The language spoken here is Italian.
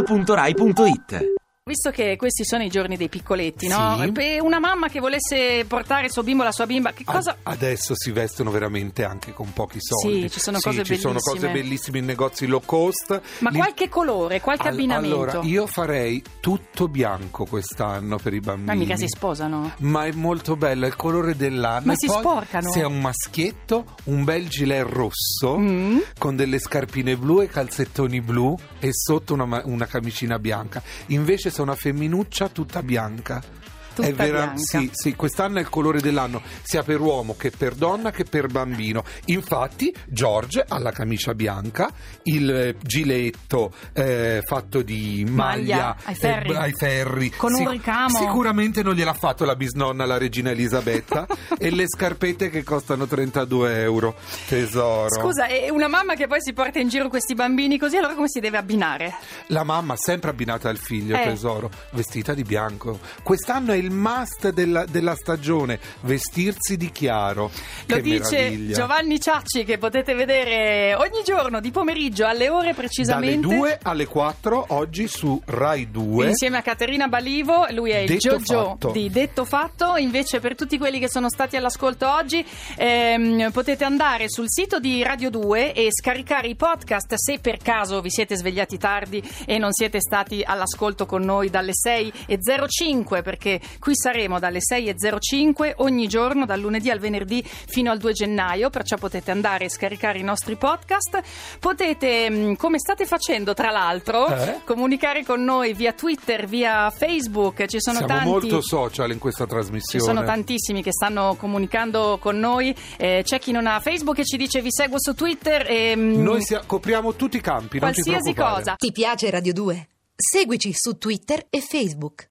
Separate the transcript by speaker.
Speaker 1: radio2pod.rai.it
Speaker 2: Visto che questi sono i giorni dei piccoletti, no? Per una mamma che volesse portare il suo bimbo, la sua bimba, che
Speaker 3: A-
Speaker 2: cosa...
Speaker 3: Adesso si vestono veramente anche con pochi soldi.
Speaker 2: Sì, ci sono cose
Speaker 3: ci sono
Speaker 2: bellissime.
Speaker 3: cose bellissime in negozi low cost.
Speaker 2: Ma
Speaker 3: Li-
Speaker 2: qualche colore, qualche
Speaker 3: Al-
Speaker 2: abbinamento.
Speaker 3: Allora, io farei tutto bianco quest'anno per i bambini.
Speaker 2: Ma mica si sposano.
Speaker 3: Ma è molto bello, è il colore dell'anno.
Speaker 2: Ma
Speaker 3: E
Speaker 2: si
Speaker 3: poi,
Speaker 2: sporcano?
Speaker 3: Se è un maschietto, un bel gilet rosso
Speaker 2: Mm.
Speaker 3: con delle scarpine blu e calzettoni blu e sotto una, ma- una camicina bianca. Invece sono una femminuccia tutta bianca.
Speaker 2: Tutta
Speaker 3: è vera-
Speaker 2: bianca.
Speaker 3: Sì, sì, quest'anno è il colore dell'anno, sia per uomo che per donna che per bambino. Infatti, George ha la camicia bianca, il eh, giletto eh, fatto di maglia,
Speaker 2: Maglia ai ferri.
Speaker 3: eh, ai ferri.
Speaker 2: Con un ricamo.
Speaker 3: Sicuramente non gliel'ha fatto la bisnonna, la regina Elisabetta, e le scarpette che costano 32 euro, tesoro.
Speaker 2: Scusa, è una mamma che poi si porta in giro questi bambini così, allora come si deve abbinare?
Speaker 3: La mamma sempre abbinata al figlio,
Speaker 2: Eh.
Speaker 3: tesoro, vestita di bianco. Quest'anno è il must della, della stagione, vestirsi di chiaro.
Speaker 2: Lo
Speaker 3: che
Speaker 2: dice
Speaker 3: meraviglia.
Speaker 2: Giovanni Ciacci che potete vedere ogni giorno di pomeriggio alle ore
Speaker 3: Dalle
Speaker 2: precisamente.
Speaker 3: 2 alle 4 oggi su Rai 2.
Speaker 2: Insieme a Caterina Balivo, lui è il
Speaker 3: Detto
Speaker 2: Jojo
Speaker 3: fatto.
Speaker 2: di Detto Fatto. Invece, per tutti quelli che sono stati all'ascolto oggi, ehm, potete andare sul sito di Radio 2 e scaricare i podcast se per caso vi siete svegliati tardi e non siete stati all'ascolto con noi dalle 6.05, perché qui saremo dalle 6.05 ogni giorno, dal lunedì al venerdì fino al 2 gennaio. Perciò potete andare e scaricare i nostri podcast. Potete, mh, come state facendo tra l'altro,
Speaker 3: Eh?
Speaker 2: comunicare con noi via Twitter, via Facebook, ci sono
Speaker 3: Siamo
Speaker 2: tanti.
Speaker 3: molto social in questa
Speaker 2: ci
Speaker 3: trasmissione.
Speaker 2: sono tantissimi che stanno comunicando con noi. Eh, c'è chi non ha Facebook e ci dice vi seguo su Twitter. E, mm,
Speaker 3: Noi sia- copriamo tutti i campi, non ti
Speaker 2: qualsiasi
Speaker 3: preoccupare.
Speaker 2: cosa.
Speaker 4: Ti piace Radio 2? Seguici su Twitter e Facebook.